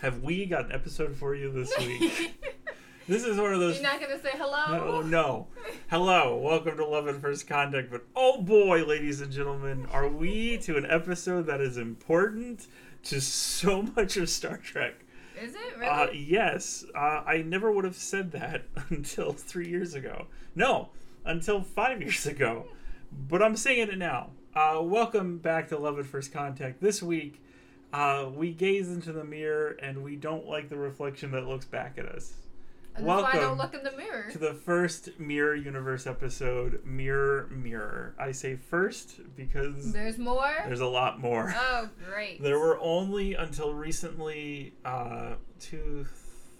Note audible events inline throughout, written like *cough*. Have we got an episode for you *laughs* this week? this is one of those. You're not gonna say Oh hello. no. Hello, welcome to Love at First Contact. But oh boy, ladies and gentlemen, are we to an episode that is important to so *laughs* much of Star Trek? Is it really? Uh, yes, uh, I never would have said that *laughs* until three years ago. No, until five *laughs* years ago. But I'm saying it now. Uh, welcome back to Love at First Contact. This week, uh, we gaze into the mirror and we don't like the reflection that looks back at us And That's why I welcome don't look in the mirror. to the first Mirror Universe episode, Mirror Mirror. I say first because There's more. there's a lot more. Oh great. There were only until recently uh, two,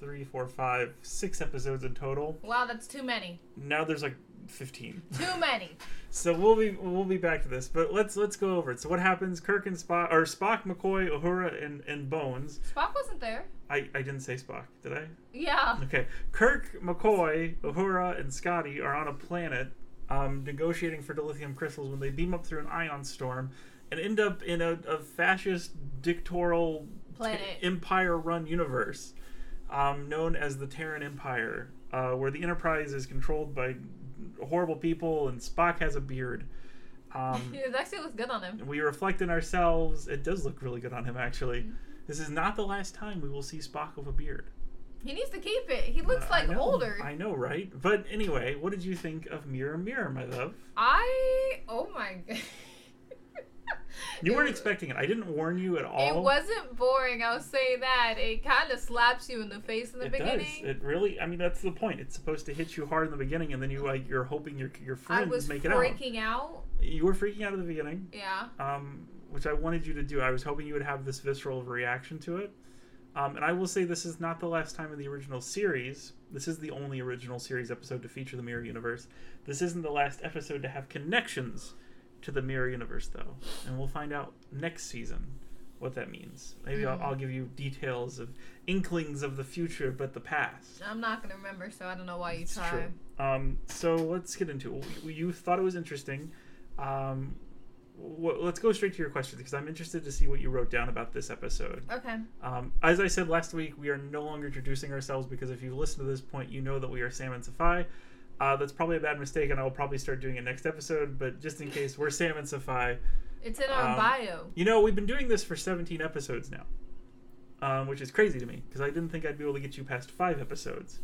three, four, five, six episodes in total. Wow, that's too many. Now there's like fifteen. *laughs* Too many. So we'll be we'll be back to this, but let's let's go over it. So what happens? Kirk and Spock or Spock, McCoy, Uhura, and and Bones. Spock wasn't there. I I didn't say Spock, did I? Yeah. Okay. Kirk, McCoy, Uhura, and Scotty are on a planet um, negotiating for dilithium crystals when they beam up through an ion storm and end up in a, a fascist dictatorial Planet. empire run universe um, known as the Terran Empire, uh, where the Enterprise is controlled by horrible people and Spock has a beard. *laughs* Um, It actually looks good on him. we reflect in ourselves. It does look really good on him, actually. This is not the last time we will see Spock with a beard. He needs to keep it. He looks Uh, I like know, older. I, I know, right? But anyway, what did you think of Mirror Mirror, my love? oh my *laughs* god. You It weren't was- expecting it. I didn't warn you at all. It wasn't boring, I'll say that. It kind of slaps you in the face in the It does. beginning. It really. I mean, that's the point. It's supposed to hit you hard in the beginning, and then you like you're hoping your your I friends was make it out. freaking out. You were freaking out at the beginning, Yeah. um, which I wanted you to do. I was hoping you would have this visceral reaction to it. Um, and I will say this is not the last time in the original series. This is the only original series episode to feature the Mirror Universe. This isn't the last episode to have connections to the Mirror Universe, though. And we'll find out next season what that means. Maybe I'll, I'll give you details of inklings of the future, but the past. I'm not gonna remember, so I don't know why you It's try. true. Um, so let's get into it. You- You thought it was interesting. Um, wh- let's go straight to your questions because I'm interested to see what you wrote down about this episode. Okay. Um, as I said last week, we are no longer introducing ourselves because if you've listened to this point, you know that we are Sam and Safai. Uh, that's probably a bad mistake, and I will probably start doing it next episode. But just in case, we're Sam and Safai. It's in our Um, bio. You know, we've been doing this for 17 episodes now, um, which is crazy to me because I didn't think I'd be able to get you past five episodes.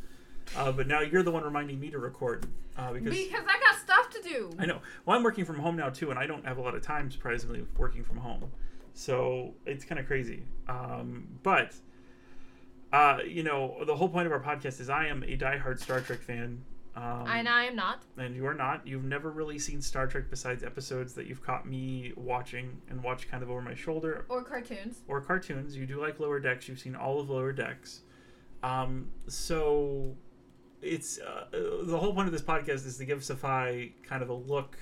Uh, but now you're the one reminding me to record uh, because Because I got stuff to do. I know. Well, I'm working from home now too, and I don't have a lot of time, surprisingly, working from home. So it's kind of crazy. Um, but uh, you know, the whole point of our podcast is I am a diehard Star Trek fan. Um, And I am not. and you are not. You've never really seen Star Trek besides episodes that you've caught me watching and watch kind of over my shoulder Or cartoons. or cartoons. You do like Lower Decks. You've seen all of Lower Decks. Um, so it's uh, uh, the whole point of this podcast is to give Safai kind of a look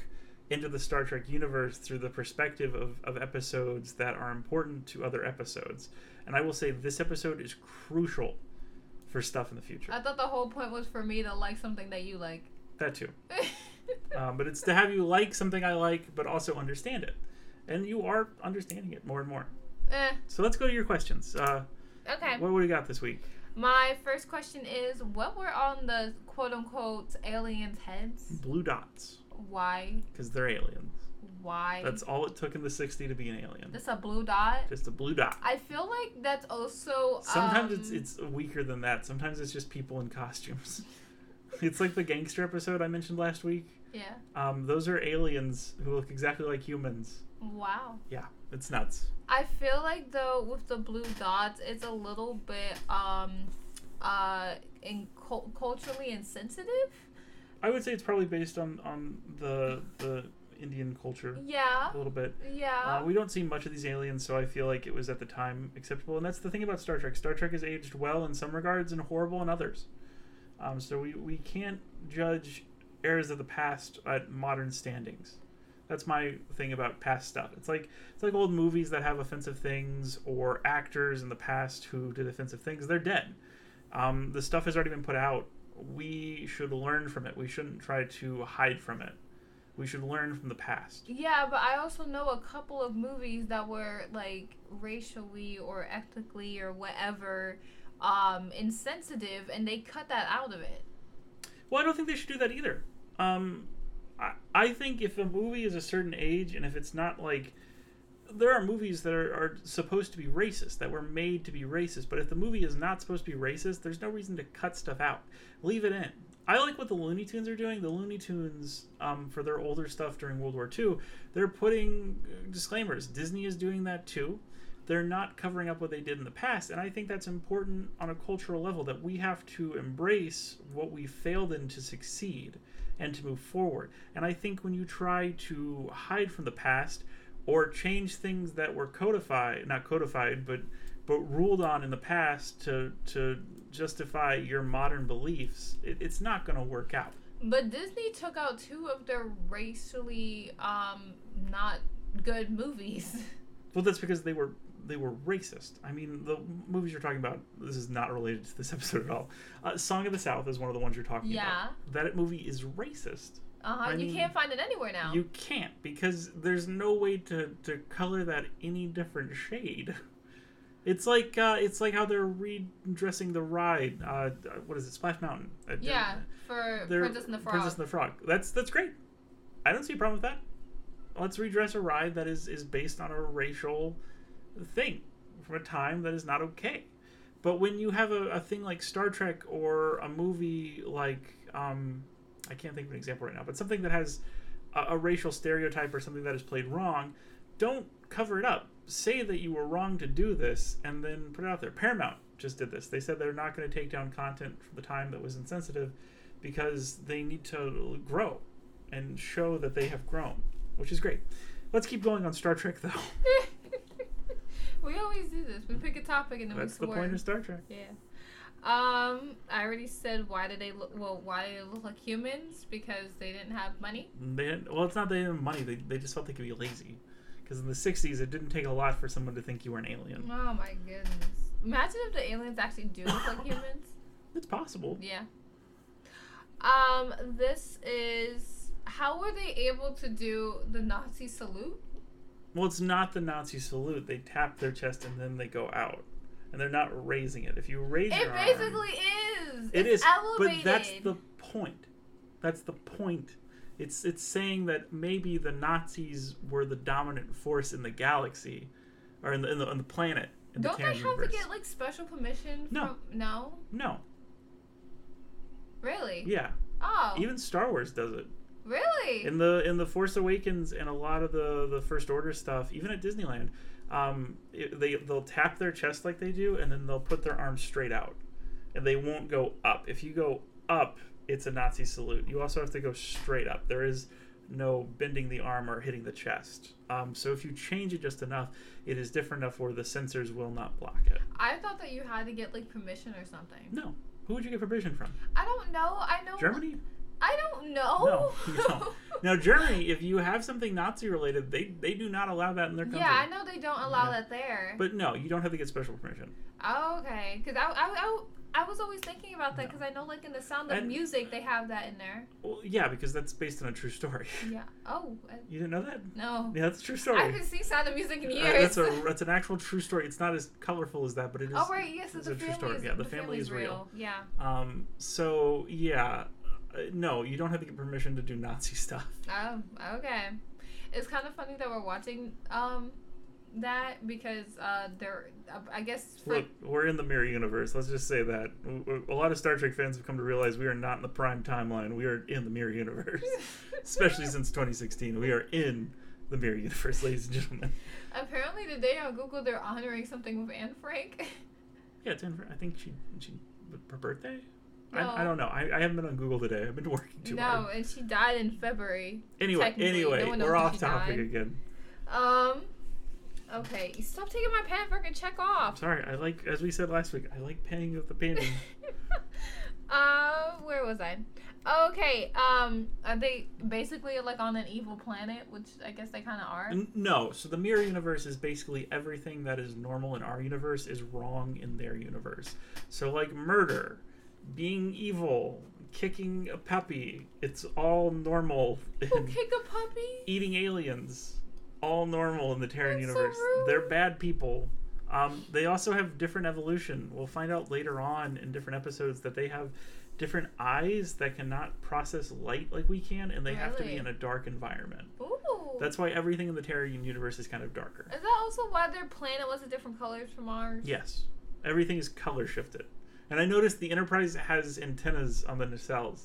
into the Star Trek universe through the perspective of, of episodes that are important to other episodes. And I will say this episode is crucial for stuff in the future. I thought the whole point was for me to like something that you like. *laughs* that too. Um, but it's to have you like something I like, but also understand it. And you are understanding it more and more. eh, So let's go to your questions. Uh, okay. what do we got this week? My first question is what were on the quote unquote aliens' heads? blue dots Why? because they're aliens. Why? That's all it took in the 60 to be an alien. That's a blue dot. Just a blue dot. I feel like that's also. Sometimes um, it's it's weaker than that. Sometimes it's just people in costumes. *laughs* it's like the gangster episode I mentioned last week. *laughs* Yeah. Um, those are aliens who look exactly like humans. Wow. Yeah, it's nuts. I feel like though with the blue dots, it's a little bit um, uh, in cul- culturally insensitive. I would say it's probably based on on the the Indian culture Yeah. a little bit. Yeah. Uh, we don't see much of these aliens, so I feel like it was at the time acceptable. And that's the thing about Star Trek. Star Trek has aged well in some regards and horrible in others. Um, so we, we can't judge eras of the past at modern standings. That's my thing about past stuff. It's like it's like old movies that have offensive things or actors in the past who did offensive things. They're dead. Um, the stuff has already been put out. We should learn from it. We shouldn't try to hide from it. We should learn from the past. Yeah, but I also know a couple of movies that were like racially or ethnically or whatever um, insensitive, and they cut that out of it. Well, I don't think they should do that either. Um, I, I think if a movie is a certain age and if it's not like. There are movies that are, are supposed to be racist, that were made to be racist, but if the movie is not supposed to be racist, there's no reason to cut stuff out. Leave it in. I like what the Looney Tunes are doing. The Looney Tunes, um, for their older stuff during World War II, they're putting uh, disclaimers. Disney is doing that too. They're not covering up what they did in the past. And I think that's important on a cultural level that we have to embrace what we failed in to succeed and to move forward. And I think when you try to hide from the past or change things that were codified, not codified, but but ruled on in the past to to justify your modern beliefs, it, it's not going to work out. But Disney took out two of their racially um, not good movies. *laughs* Well, that's because they were they were racist. I mean, the movies you're talking about. This is not related to this *laughs* episode at all. Uh, Song of the South is one of the ones you're talking Yeah. about. That movie is racist. Uh huh. I You mean, can't find it anywhere now. You can't because there's no way to, to color that any different shade. It's like uh, it's like how they're redressing the ride. Uh, what is it, Splash Mountain? Uh, they're- yeah, for they're- Princess and the Frog. Princess and the Frog. That's that's great. I don't see a problem with that. Let's redress a ride that is is based on a racial thing from a time that is not okay. But when you have a, a thing like Star Trek or a movie like um, I can't think of an example right now, but something that has a, a racial stereotype or something that is played wrong, don't cover it up. Say that you were wrong to do this and then put it out there. Paramount just did this. They said they're not going to take down content from the time that was insensitive because they need to grow and show that they have grown, which is great. Let's keep going on Star Trek though. *laughs* we always do this. We pick a topic and then That's we the swear. point of Star Trek. Yeah. Um, I already said why did they look well? Why did they look like humans? Because they didn't have money. They didn't, well, it's not they didn't have money. They, they just felt they could be lazy. Because in the 60s, it didn't take a lot for someone to think you were an alien. Oh my goodness! Imagine if the aliens actually do look *laughs* like humans. It's possible. Yeah. Um, this is how were they able to do the Nazi salute? Well, it's not the Nazi salute. They tap their chest and then they go out. And they're not raising it. If you raise It your arm, basically is. it it's is. But elevated. that's the point. That's the point. It's it's saying that maybe the Nazis were the dominant force in the galaxy, or in the in the, on the planet. In the Don't they have Terran universe. to get like special permission? No. From, no. No. Really? Yeah. Oh. Even Star Wars does it. really? in the in the Force Awakens and a lot of the the First Order stuff, even at Disneyland, um, it, they they'll tap their chest like they do, and then they'll put their arms straight out, and they won't go up. If you go up, it's a Nazi salute. You also have to go straight up. There is no bending the arm or hitting the chest. Um, so if you change it just enough, it is different enough where the sensors will not block it. I thought that you had to get like permission or something. No. Who would you get permission from? I don't know. I know. Germany? I don't know. No, *laughs* you don't. *laughs* Now, Germany, if you have something Nazi related, they, they do not allow that in their country. yeah, I know they don't Yeah. allow that there. But no, you don't have to get special permission. Oh, okay, because I, I, I, I was always thinking about that No. because I know like in the Sound of And- Music they have that in there. Well, yeah, because that's based on a true story. *laughs* Yeah. Oh I, You didn't know that? no. Yeah, that's a true I story. haven't seen Sound of Music in Uh, years. that's a that's an actual true story. It's not as colorful as that, but it is. *laughs* oh right, yes, so it's the a true family. story. Is, Yeah, the family, family is is real. real. Yeah. Um. So yeah, uh, no, you don't have to get permission to do Nazi *laughs* stuff. Oh, okay. It's kind of funny that we're watching um that because uh they're I guess for, Look, we're in the mirror universe. Let's just say that W- w- a lot of Star Trek fans have come to realize we are not in the prime timeline. We are in the mirror *laughs* universe, *laughs* especially since 2016. We are in the mirror universe, ladies and gentlemen. apparently today on Google they're honoring something with Anne Frank. Yeah, it's in. I think she she her birthday. No. I, I don't know. I, I haven't been on Google today. I've been working too *laughs* no, hard. and she died in February. Anyway, technically, anyway, no one knows we're when off she topic died. again. Um. Okay, you stop taking my pen. Fucking check I'm off. *laughs* sorry. I like, as we said last week, I like painting with the painting. uh, where was I? Okay. Um, are they basically like on an evil planet? Which I guess they kind of are. N- no, so the mirror universe is basically everything that is normal in our universe is wrong in their universe. So like murder, being evil, kicking a puppy. It's all normal. Who kick a puppy? Eating aliens, all normal in the Terran That's so universe. rude. They're bad people. Um, they also have different evolution. We'll find out later on in different episodes that they have different eyes that cannot process light like we can, and they have to be Really? in a dark environment. Ooh. That's why everything in the Terran universe is kind of darker. Is that also why their planet was a different colors from ours? Yes. Everything is color shifted. And I noticed the Enterprise has antennas on the nacelles.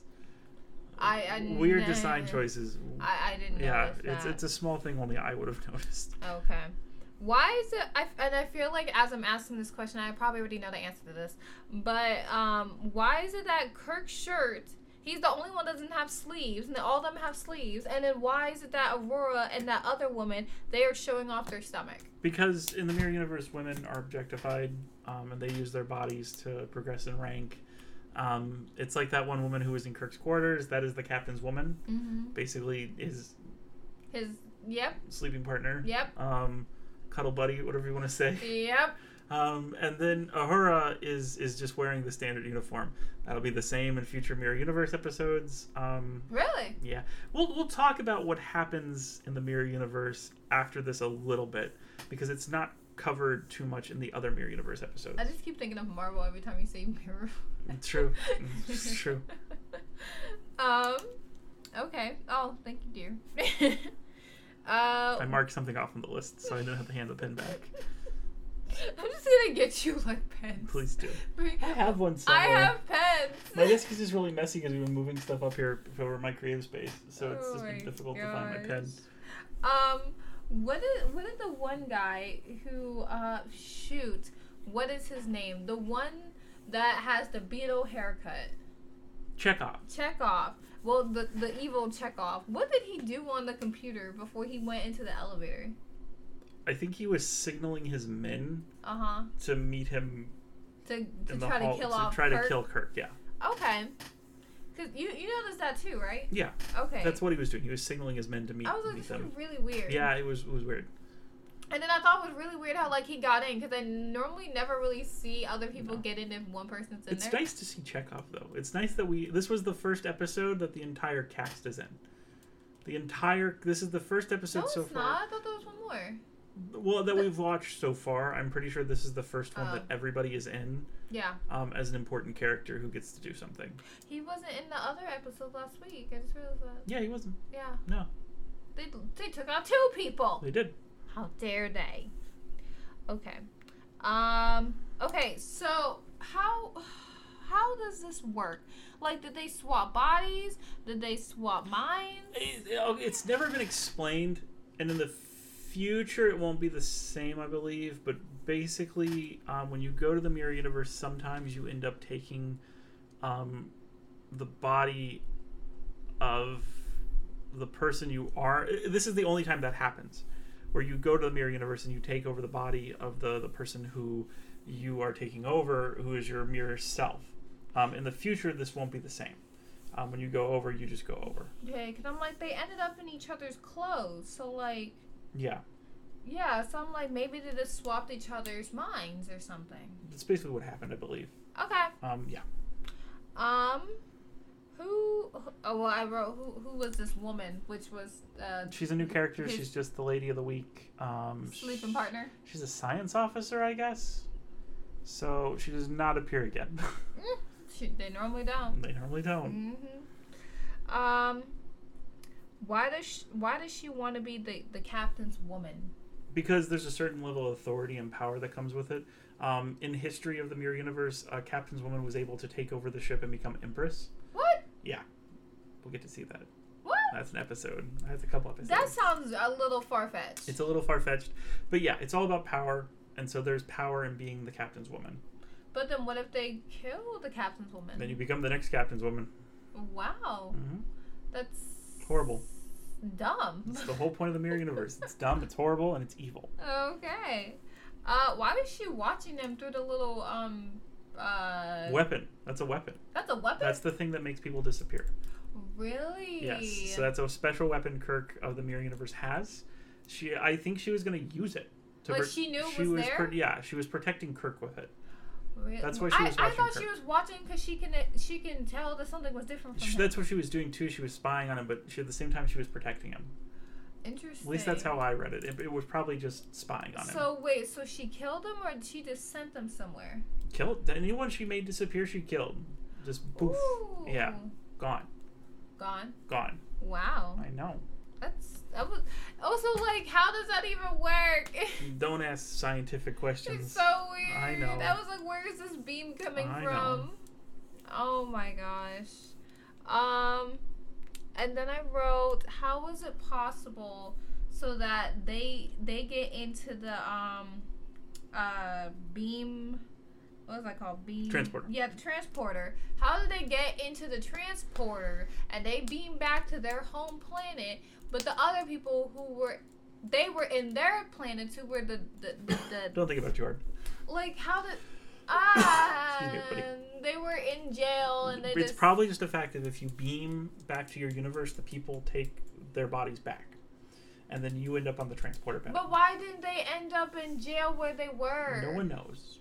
I, I Weird never- design choices. I, I didn't know. yeah, that. it's it's a small thing only I would have *laughs* noticed. Okay. Why is it? I, and I feel like as I'm asking this question, I probably already know the answer to this. But um, why is it that Kirk's shirt? He's the only one that doesn't have sleeves, and all of them have sleeves. And then why is it that Aurora and that other woman they are showing off their stomach? Because in the mirror universe, women are objectified, um, and they use their bodies to progress in rank. Um, it's like that one woman who was in Kirk's quarters. That is the captain's woman, Mm-hmm. basically his His yep, sleeping partner, yep, um, cuddle buddy, whatever you want to say. yep. Um, and then Ahura is is just wearing the standard uniform. That'll be the same in future Mirror Universe episodes. Um, Really? yeah, we'll we'll talk about what happens in the Mirror Universe after this a little bit because it's not covered too much in the other Mirror Universe episodes. I just keep thinking of Marvel every time you say *laughs* mirror. It's *laughs* true. *laughs* It's true. um. Okay. Oh, thank you, dear. *laughs* uh, I marked something off on the list so I didn't have to hand the pen back. *laughs* I'm just gonna get you like pens. *laughs* Please do. We- I have one I somewhere. have pens. My desk is just really messy because we've been moving stuff up here over my creative space, so it's Oh just been my difficult to find my pen. *laughs* Um, what is what is the one guy who uh shoot? What is his name? The one that has the beetle haircut. Check off. Chekhov. Well, the the evil Chekhov. What did he do on the computer before he went into the elevator? I think he was signaling his men Uh huh. to meet him To to in the try hall to kill to off. try Kirk? to kill Kirk. Yeah, Okay. Cause you you noticed that too, right? yeah, Okay. that's what he was doing. He was signaling his men to meet, I was like, meet this is them. really weird. Yeah, it was it was weird. And then I thought it was really weird how like he got in because I normally never really see other people No. get in if one person's in it's there. nice to see Chekhov though. It's nice that we this was the first episode that the entire cast is in. The entire this is the first episode no, it's so not. I thought there was one more. far. Well, that The- we've watched so far. I'm pretty sure this is the first one that Oh. everybody is in Yeah, um, as an important character who gets to do something. he wasn't in the other episode last week. I just realized that. Yeah, he wasn't. Yeah, No, they they took out two people. they did. How dare they? Okay. Um. Okay. So how how does this work? Like, did they swap bodies? Did they swap minds? It- it's never been explained and in the future it won't be the same i believe but basically um, when you go to the mirror universe sometimes you end up taking um, the body of the person you are this is the only time that happens where you go to the mirror universe and you take over the body of the, the person who you are taking over who is your mirror self um, in the future this won't be the same um, when you go over you just go over Okay, because I'm like they ended up in each other's clothes. So like. yeah Yeah, so I'm like maybe they just swapped each other's minds or something. That's basically what happened, I believe. Okay. Um, yeah. Um, who? Oh well, I wrote who. Who was this woman? Which was uh, She's a new character. His- She's just the lady of the week. Um, sleeping sh- partner. She's a science officer, I guess. So she does not appear again. *laughs* Mm, she, they normally don't. they normally don't. hmm Um, why does she, why does she want to be the the captain's woman? Because there's a certain level of authority and power that comes with it. Um, in history of the Mirror Universe, uh, Captain's Woman was able to take over the ship and become Empress. What? We'll get to see that. What? That's an episode. That's a couple episodes. That sounds a little far fetched. It's a little far fetched, but yeah, it's all about power. And so there's power in being the Captain's Woman. But then what if they kill the captain's woman? Then you become the next Captain's Woman. wow, hmm that's Horrible. Dumb. It's the whole point of the mirror universe. It's dumb, it's horrible, and it's evil. *laughs* Okay. Uh, why was she watching them through the little um? Uh, Weapon. That's a weapon. that's a weapon. That's the thing that makes people disappear. really. Yes. So that's a special weapon Kirk of the mirror universe has. She, I think she was going to use it. Like pro- she knew it was there? pro- yeah, she was protecting Kirk with it. Really? That's why she was I, I watching thought Kirk. she was watching because she can she can tell that something was different from She, him. that's what she was doing too. She was spying on him, but she, at the same time she was protecting him. Interesting. At least that's how I read it. It, it was probably just spying on him. So wait, so she killed him or she just sent him somewhere? killed anyone she made disappear. She killed. Just poof, Ooh. Yeah. gone, Gone. gone. Wow. I know. That's that was also like how does that even work? *laughs* Don't ask scientific questions. it's so weird. I know. That was like where is this beam coming I from? know. Oh my gosh. Um and then I wrote how was it possible so that they they get into the um uh beam what was I called? Beam Transporter. Yeah, the transporter. How did they get into the transporter and they beam back to their home planet, but the other people who were they were in their planets who were the the, *coughs* the, the Don't think about it too hard. like *laughs* how did ah Excuse me, buddy. they were in jail and they it's just probably just a fact that if you beam back to your universe, the people take their bodies back, and then you end up on the transporter bed. but why didn't they end up in jail where they were No one knows.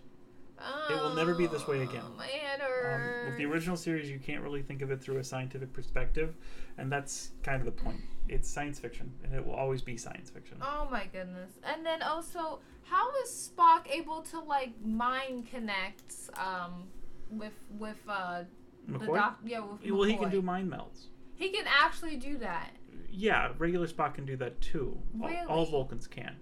oh, it will never be this way again. man Um, or with the original series, you can't really think of it through a scientific perspective, and that's kind of the point. It's science fiction, and it will always be science fiction. oh my goodness and then also how is Spock able to like mind connect um with with uh the McCoy? doc yeah with well, he can McCoy? do mind melds. he can actually do that Yeah, regular Spock can do that too. All- Really? All, Vulcans can.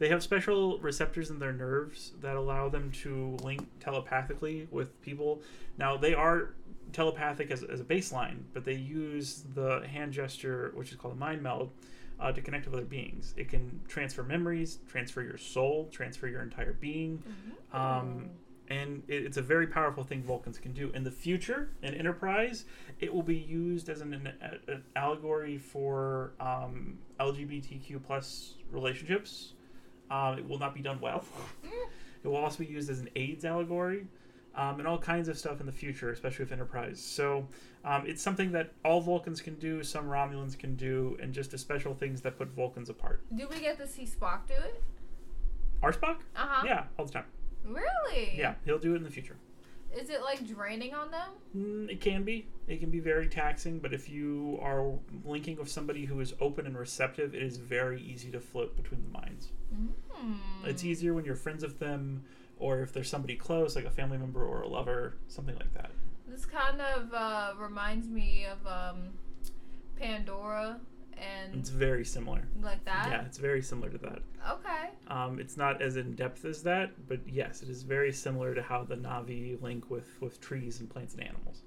They have special receptors in their nerves that allow them to link telepathically with people. Now, they are telepathic as, as a baseline, but they use the hand gesture, which is called a mind meld, uh, to connect with other beings. It can transfer memories, transfer your soul, transfer your entire being. Um, and it, it's a very powerful thing Vulcans can do. In the future, in Enterprise, it will be used as an, an, an allegory for um, LGBTQ plus relationships. Um, it will not be done well. *laughs* Mm-hmm. it will also be used as an AIDS allegory. Um, and all kinds of stuff in the future, especially with Enterprise. So um, it's something that all Vulcans can do, some Romulans can do, and just the special things that put Vulcans apart. do we get to see Spock do it Our Spock? uh-huh Yeah, all the time. really Yeah, he'll do it in the future. Is it like draining on them? Mm, It can be. It can be very taxing, but if you are linking with somebody who is open and receptive, it is very easy to float between the minds. Mm. It's easier when you're friends with them or if there's somebody close, like a family member or a lover, something like that. This kind of uh, reminds me of um, Pandora and It's very similar. like Yeah, Mm. that. it's very similar to that. Okay. Um, it's not as in depth as that, but yes, it is very similar to how the Navi link with with trees and plants and animals.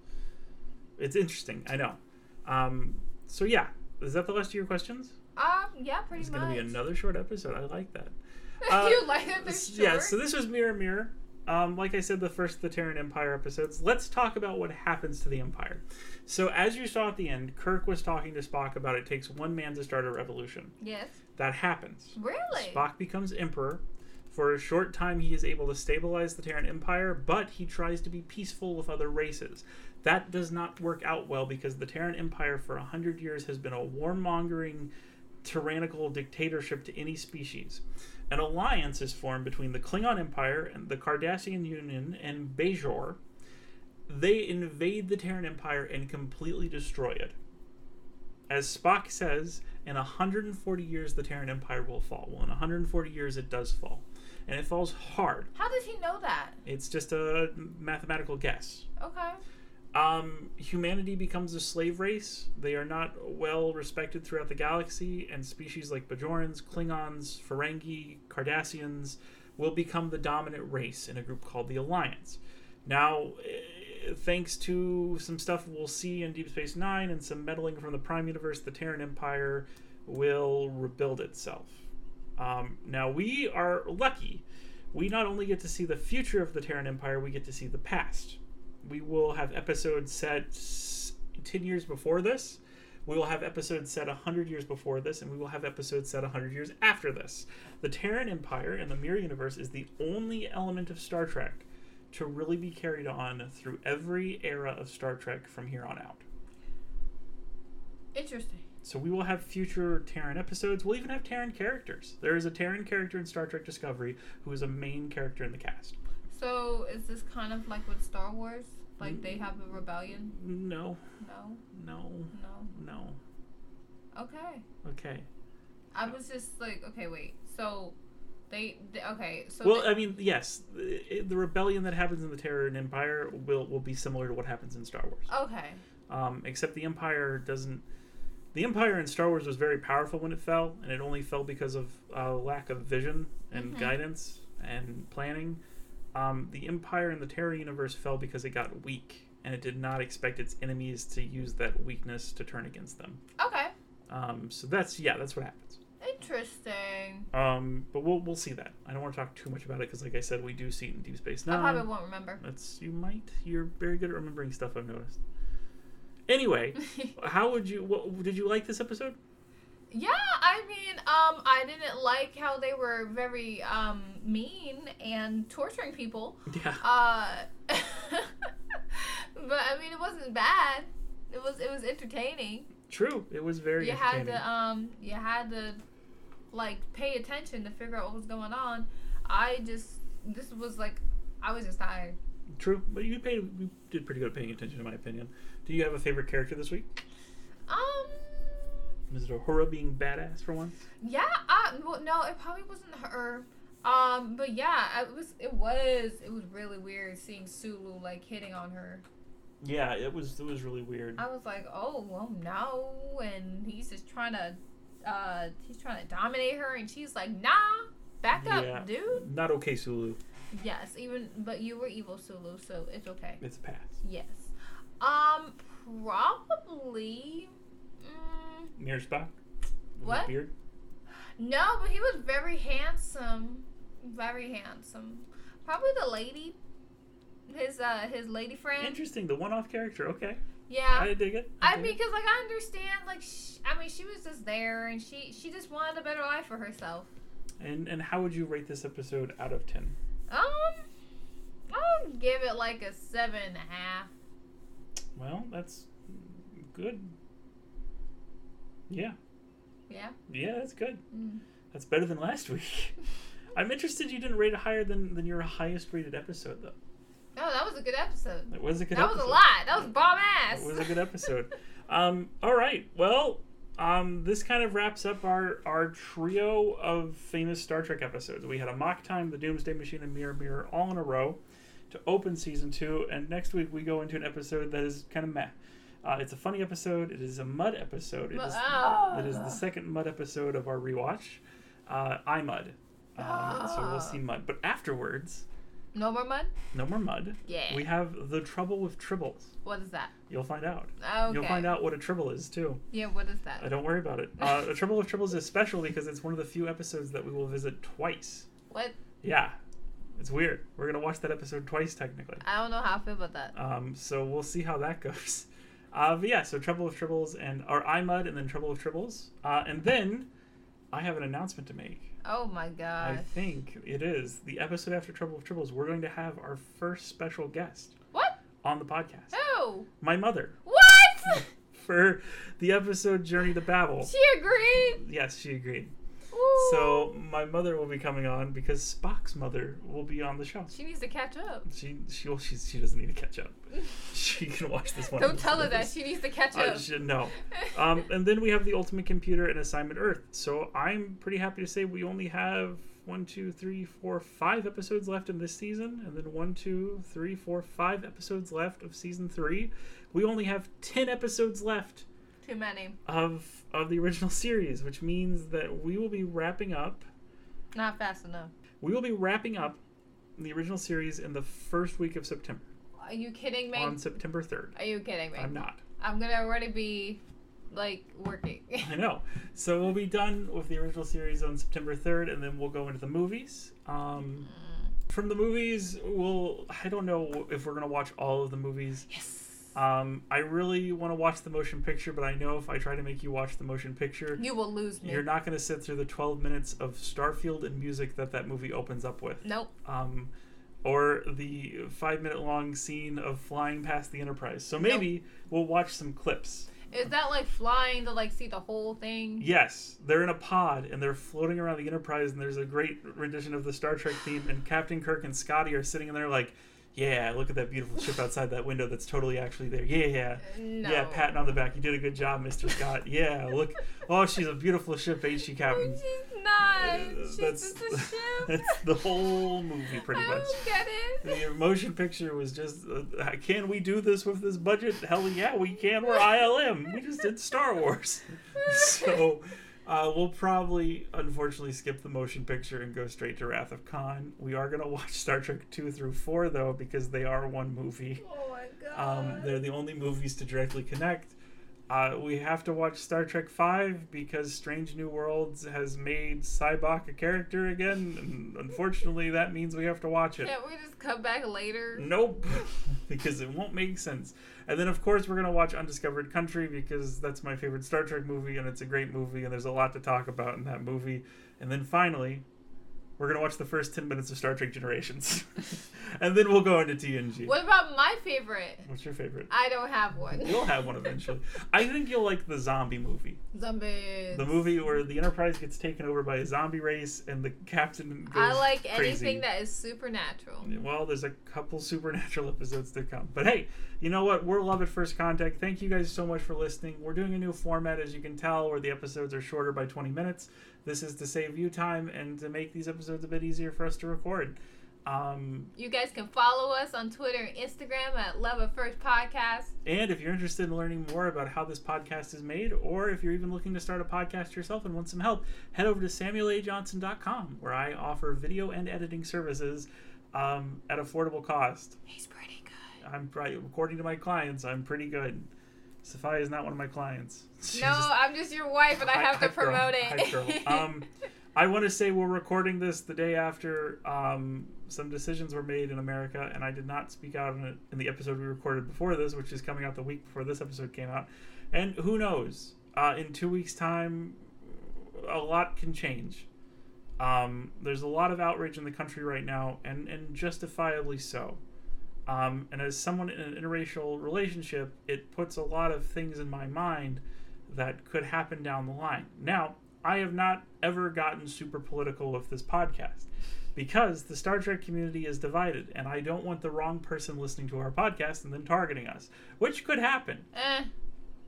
It's interesting, I know. Um, so yeah, is that the last of your questions? Um. Yeah. Pretty It's much. going to be another short episode. I like that. uh, *laughs* you like that they're S- short? Yeah, so this was Mirror Mirror. Um, like I said, the first of the Terran Empire episodes. Let's talk about what happens to the Empire. So, as you saw at the end, Kirk was talking to Spock about it takes one man to start a revolution. yes. That happens. Really. Spock becomes Emperor. For a short time, he is able to stabilize the Terran Empire, but he tries to be peaceful with other races. That does not work out well because the Terran Empire, for a hundred years, has been a warmongering, tyrannical dictatorship to any species. An alliance is formed between the Klingon Empire and the Cardassian Union and Bajor. They invade the Terran Empire and completely destroy it. As Spock says, in 140 years, the Terran Empire will fall. Well, in 140 years, it does fall. And it falls hard. How does he know that? It's just a mathematical guess. Okay. Um, humanity becomes a slave race. They are not well respected throughout the galaxy, and species like Bajorans, Klingons, Ferengi, Cardassians will become the dominant race in a group called the Alliance. Now, eh, thanks to some stuff we'll see in Deep Space Nine and some meddling from the Prime Universe, the Terran Empire will rebuild itself. Um, now, we are lucky. We not only get to see the future of the Terran Empire, we get to see the past we will have episodes set s- 10 years before this we will have episodes set 100 years before this and we will have episodes set 100 years after this the terran empire and the mirror universe is the only element of star trek to really be carried on through every era of star trek from here on out Interesting. so we will have future Terran episodes. We'll even have Terran characters. There is a Terran character in Star Trek Discovery who is a main character in the cast. So So is this kind of like with Star Wars? Like they have a rebellion? No, No, no, no. no. Okay. Okay. I was just like, okay, wait. So they, they okay. So well, they- I mean, yes, the, the rebellion that happens in the Terror and Empire will will be similar to what happens in Star Wars. okay. Um, except the Empire doesn't. The Empire in Star Wars was very powerful when it fell, and it only fell because of uh, lack of vision and Mhm. guidance and planning. Um, the Empire in the Terror universe fell because it got weak, and it did not expect its enemies to use that weakness to turn against them. Okay. Um, so that's yeah, that's what happens. Interesting. Um, but we'll we'll see that. I don't want to talk too much about it because, like I said, we do see it in Deep Space I Nine. probably won't remember. *laughs* That's you might. You're very good at remembering stuff. I've noticed. Anyway, *laughs* how would you? What, did you like this episode? *laughs* yeah, I mean, um, I didn't like how they were very um mean and torturing people. Yeah. Uh, *laughs* but I mean, it wasn't bad. It was it was entertaining. True. It was very. you had entertaining. to um you had to like pay attention to figure out what was going on. I just this was like I was just tired. True. But you paid. You did pretty good paying attention, in my opinion. Do you have a favorite character this week? Um Is it Uhura being badass for once? yeah, I well, no, it probably wasn't her. Um but yeah, it was it was it was really weird seeing Sulu like hitting on her. Yeah, it was. It was really weird. I was like, "Oh, well no." And he's just trying to uh he's trying to dominate her and she's like, "Nah, back Yeah. up, dude." Not okay, Sulu. Yes, even but you were evil Sulu, so it's okay. It's a pass. Yes. Um, probably. Mm, Near Spock. With his What? Beard. no, but he was very handsome. Very handsome. Probably the lady. His uh his lady friend. Interesting. The one-off character. Okay. Yeah. I dig it. I dig mean, it. because like I understand, like sh- I mean, she was just there, and she she just wanted a better life for herself. And and how would you rate this episode out of ten? Um, I'll give it like a seven and a half. Well, that's good. Yeah. Yeah. Yeah, that's good. Mm. That's better than last week. *laughs* I'm interested you didn't rate it higher than, than your highest rated episode though. Oh, that was a good episode. It was a good that episode. was a lot. That was bomb ass. It was a good *laughs* episode. um all right. Well, um this kind of wraps up our our trio of famous Star Trek episodes. We had a mock time, the Doomsday Machine, and Mirror Mirror all in a row to open season two, and next week we go into an episode that is kind of meh. Uh, it's a funny episode. It is a mud episode. It is, Ah. it is the second mud episode of our rewatch. Uh, I mud. Um, so we'll see mud. But afterwards, No more mud? no more mud. Yeah. We have the trouble with tribbles. What is that? You'll find out. Okay. You'll find out what a tribble is too. Yeah, what is I that? don't worry about it. Uh, a tribble of tribbles is special because it's one of the few episodes that we will visit twice. What? Yeah, it's weird. We're gonna watch that episode twice technically. I don't know how I feel about that. Um, so we'll see how that *laughs* goes. Uh, but yeah, so Trouble of Tribbles and or iMud and then Trouble of Tribbles. Uh, and then I have an announcement to make. Oh my I gosh. think it is the episode after Trouble of Tribbles. We're going to have our first special guest What? on the podcast. Who? My mother What? *laughs* for the episode Journey to Babel. she agreed. Yes, she agreed. Ooh. So my mother will be coming on because Spock's mother will be on the show. she needs to catch up. She she well, she, she doesn't need to catch up. She can watch this one. Don't tell her episode. that. She needs *laughs* to catch Uh, up. sh- no. Um, and then we have the Ultimate Computer and Assignment Earth. So I'm pretty happy to say we only have one, two, three, four, five episodes left in this season, and then one, two, three, four, five episodes left of season three. We only have ten episodes left Too many. of of the original series, which means that we will be wrapping up. Not fast enough. We will be wrapping up the original series in the first week of September Are you kidding me? on September third. Are you kidding me? I'm not. I'm gonna already be like working. I know. So we'll be done with the original series on September 3rd, and then we'll go into the movies. Um, from the movies, we'll. I don't know if we're going to watch all of the movies. *laughs* yes. Um, I really want to watch the motion picture, but I know if I try to make you watch the motion picture, You will lose me. you're not going to sit through the 12 minutes of Starfield and music that that movie opens up with. Nope. Um, or the five minute long scene of flying past the Enterprise. So maybe we'll watch some clips. Is that like flying to like see the whole thing? Yes, they're in a pod and they're floating around the Enterprise, and there's a great rendition of the Star Trek theme. And Captain Kirk and Scotty are sitting in there like, "Yeah, look at that beautiful ship outside that window. That's totally actually there. Yeah, yeah, No. yeah." Patting on the back, you did a good job, Mister Scott. Yeah, look, oh, she's a beautiful ship, ain't she, No, Captain? *laughs* she's not. She's Uh, that's just *laughs* a ship. that's the whole movie, pretty I much. don't get it. The motion picture was just, uh, can we do this with this budget? Hell yeah, we can. We're ILM. We just did Star Wars. *laughs* So uh, we'll probably, unfortunately, skip the motion picture and go straight to Wrath of Khan. We are going to watch Star Trek 2 through 4, though, because they are one movie. Oh my god. Um, they're the only movies to directly connect. Uh, we have to watch Star Trek Five because Strange New Worlds has made Cybok a character again, and unfortunately, that means we have to watch it. Can't we just come back later? Nope, *laughs* because it won't make sense. And then, of course, we're gonna watch Undiscovered Country because that's my favorite Star Trek movie, and it's a great movie, and there's a lot to talk about in that movie. And then finally, we're gonna watch the first ten minutes of Star Trek Generations, *laughs* and then we'll go into TNG. What about my favorite? What's your favorite? I don't have one. You'll have one eventually. I think you'll like the zombie movie. Zombies. The movie where the Enterprise gets taken over by a zombie race and the captain goes I like crazy. anything that is supernatural. Well, there's a couple supernatural *laughs* episodes to come. But hey, you know what? We're Love at First Contact. Thank you guys so much for listening. We're doing a new format, as you can tell, where the episodes are shorter by 20 minutes. This is to save you time and to make these episodes a bit easier for us to record. Um, You guys can follow us on Twitter and Instagram at Love at First Podcast. And if you're interested in learning more about how this podcast is made, or if you're even looking to start a podcast yourself and want some help, head over to samuelajohnson.com, where I offer video and editing services um, at affordable cost. He's pretty good. I'm probably, according to my clients, I'm pretty good. Sophia is not one of my clients. *laughs* She's No, just- I'm just your wife, and I Hype- have to hype girl, promote hype it. *laughs* girl. Um, I want to say we're recording this the day after um, some decisions were made in America, and I did not speak out on it in the episode we recorded before this, which is coming out the week before this episode came out. And who knows? Uh, in two weeks' time, a lot can change. Um, there's a lot of outrage in the country right now, and, and justifiably so. Um, and as someone in an interracial relationship, it puts a lot of things in my mind that could happen down the line. Now, I have not ever gotten super political with this podcast because the Star Trek community is divided, and I don't want the wrong person listening to our podcast and then targeting us, which could happen. Eh.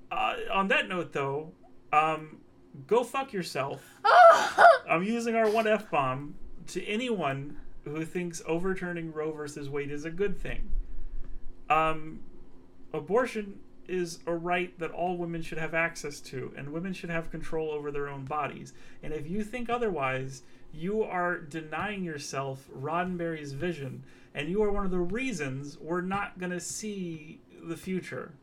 Uh, on that note, though, um, go fuck yourself. I'm using our one F bomb to anyone who thinks overturning Roe versus Wade is a good thing. Um, abortion is a right that all women should have access to, and women should have control over their own bodies. And if you think otherwise, you are denying yourself Roddenberry's vision, and you are one of the reasons we're not going to see the future.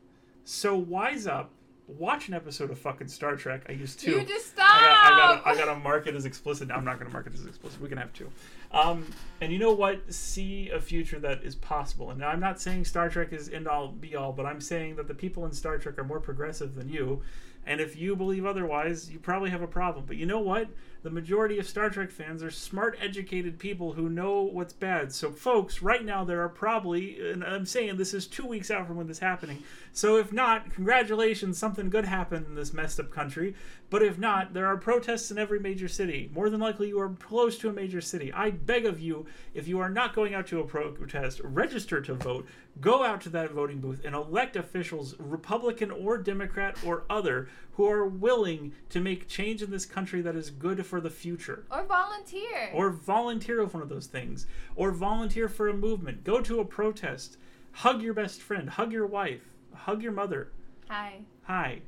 So wise up, watch an episode of fucking Star Trek. I used two. You just I stop. gotta, I gotta, I gotta mark it as explicit. I'm not gonna mark it as explicit. We can have two. Um, and you know what? See a future that is possible. And I'm not saying Star Trek is end all be all, but I'm saying that the people in Star Trek are more progressive than you. And if you believe otherwise, you probably have a problem. But you know what? The majority of Star Trek fans are smart, educated people who know what's bad. So, folks, right now there are probably, and I'm saying this is two weeks out from when this happening. So, if not, congratulations, something good happened in this messed up country. But if not, there are protests in every major city. More than likely, you are close to a major city. I beg of you, if you are not going out to a protest, register to vote. Go out to that voting booth and elect officials, Republican or Democrat or other, who are willing to make change in this country that is good for the future. Or volunteer. Or volunteer with one of those things. Or volunteer for a movement. Go to a protest. Hug your best friend. Hug your wife. Hug your mother. Hi. Hi.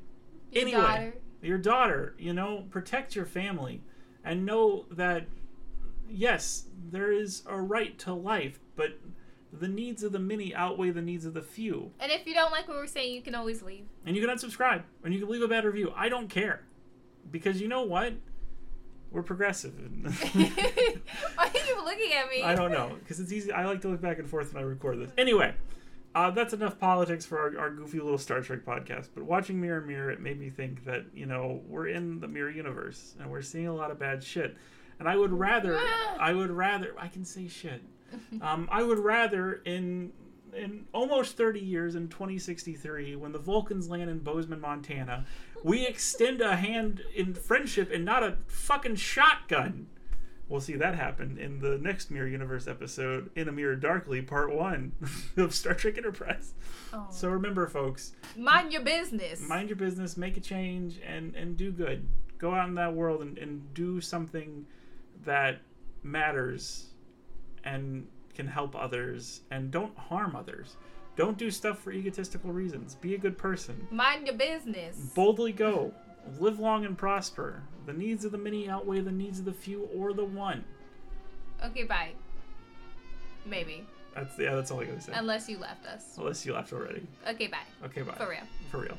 Your anyway, daughter. your daughter, you know, protect your family and know that yes, there is a right to life, but the needs of the many outweigh the needs of the few. And if you don't like what we're saying, you can always leave. *laughs* *laughs* And you can unsubscribe and you can leave a bad review. I don't care. Because you know what? We're progressive. *laughs* Why are you keep looking at me? I don't know because it's easy. I like to look back and forth when I record this. Anyway, uh, that's enough politics for our, our goofy little Star Trek podcast. But watching Mirror Mirror, it made me think that you know we're in the mirror universe and we're seeing a lot of bad shit. And I would rather, I would rather, I can say shit. Um, I would rather in in almost 30 years, in 2063, when the Vulcans land in Bozeman, Montana, we extend a hand in friendship and not a fucking shotgun. We'll see that happen in the next Mirror Universe episode, in A Mirror Darkly, part one *laughs* of Star Trek Enterprise. Oh. So remember, folks, Mind your business. mind your business, make a change, and and do good. Go out in that world and, and do something that matters and can help others and don't harm others. Don't do stuff for egotistical reasons. Be a good person. mind your business. Boldly go. Live long and prosper. The needs of the many outweigh the needs of the few or the one. okay, bye. Maybe. That's yeah, that's all I gotta say. Unless you left us. Unless you left already. Okay, bye. Okay, bye. For real. For real.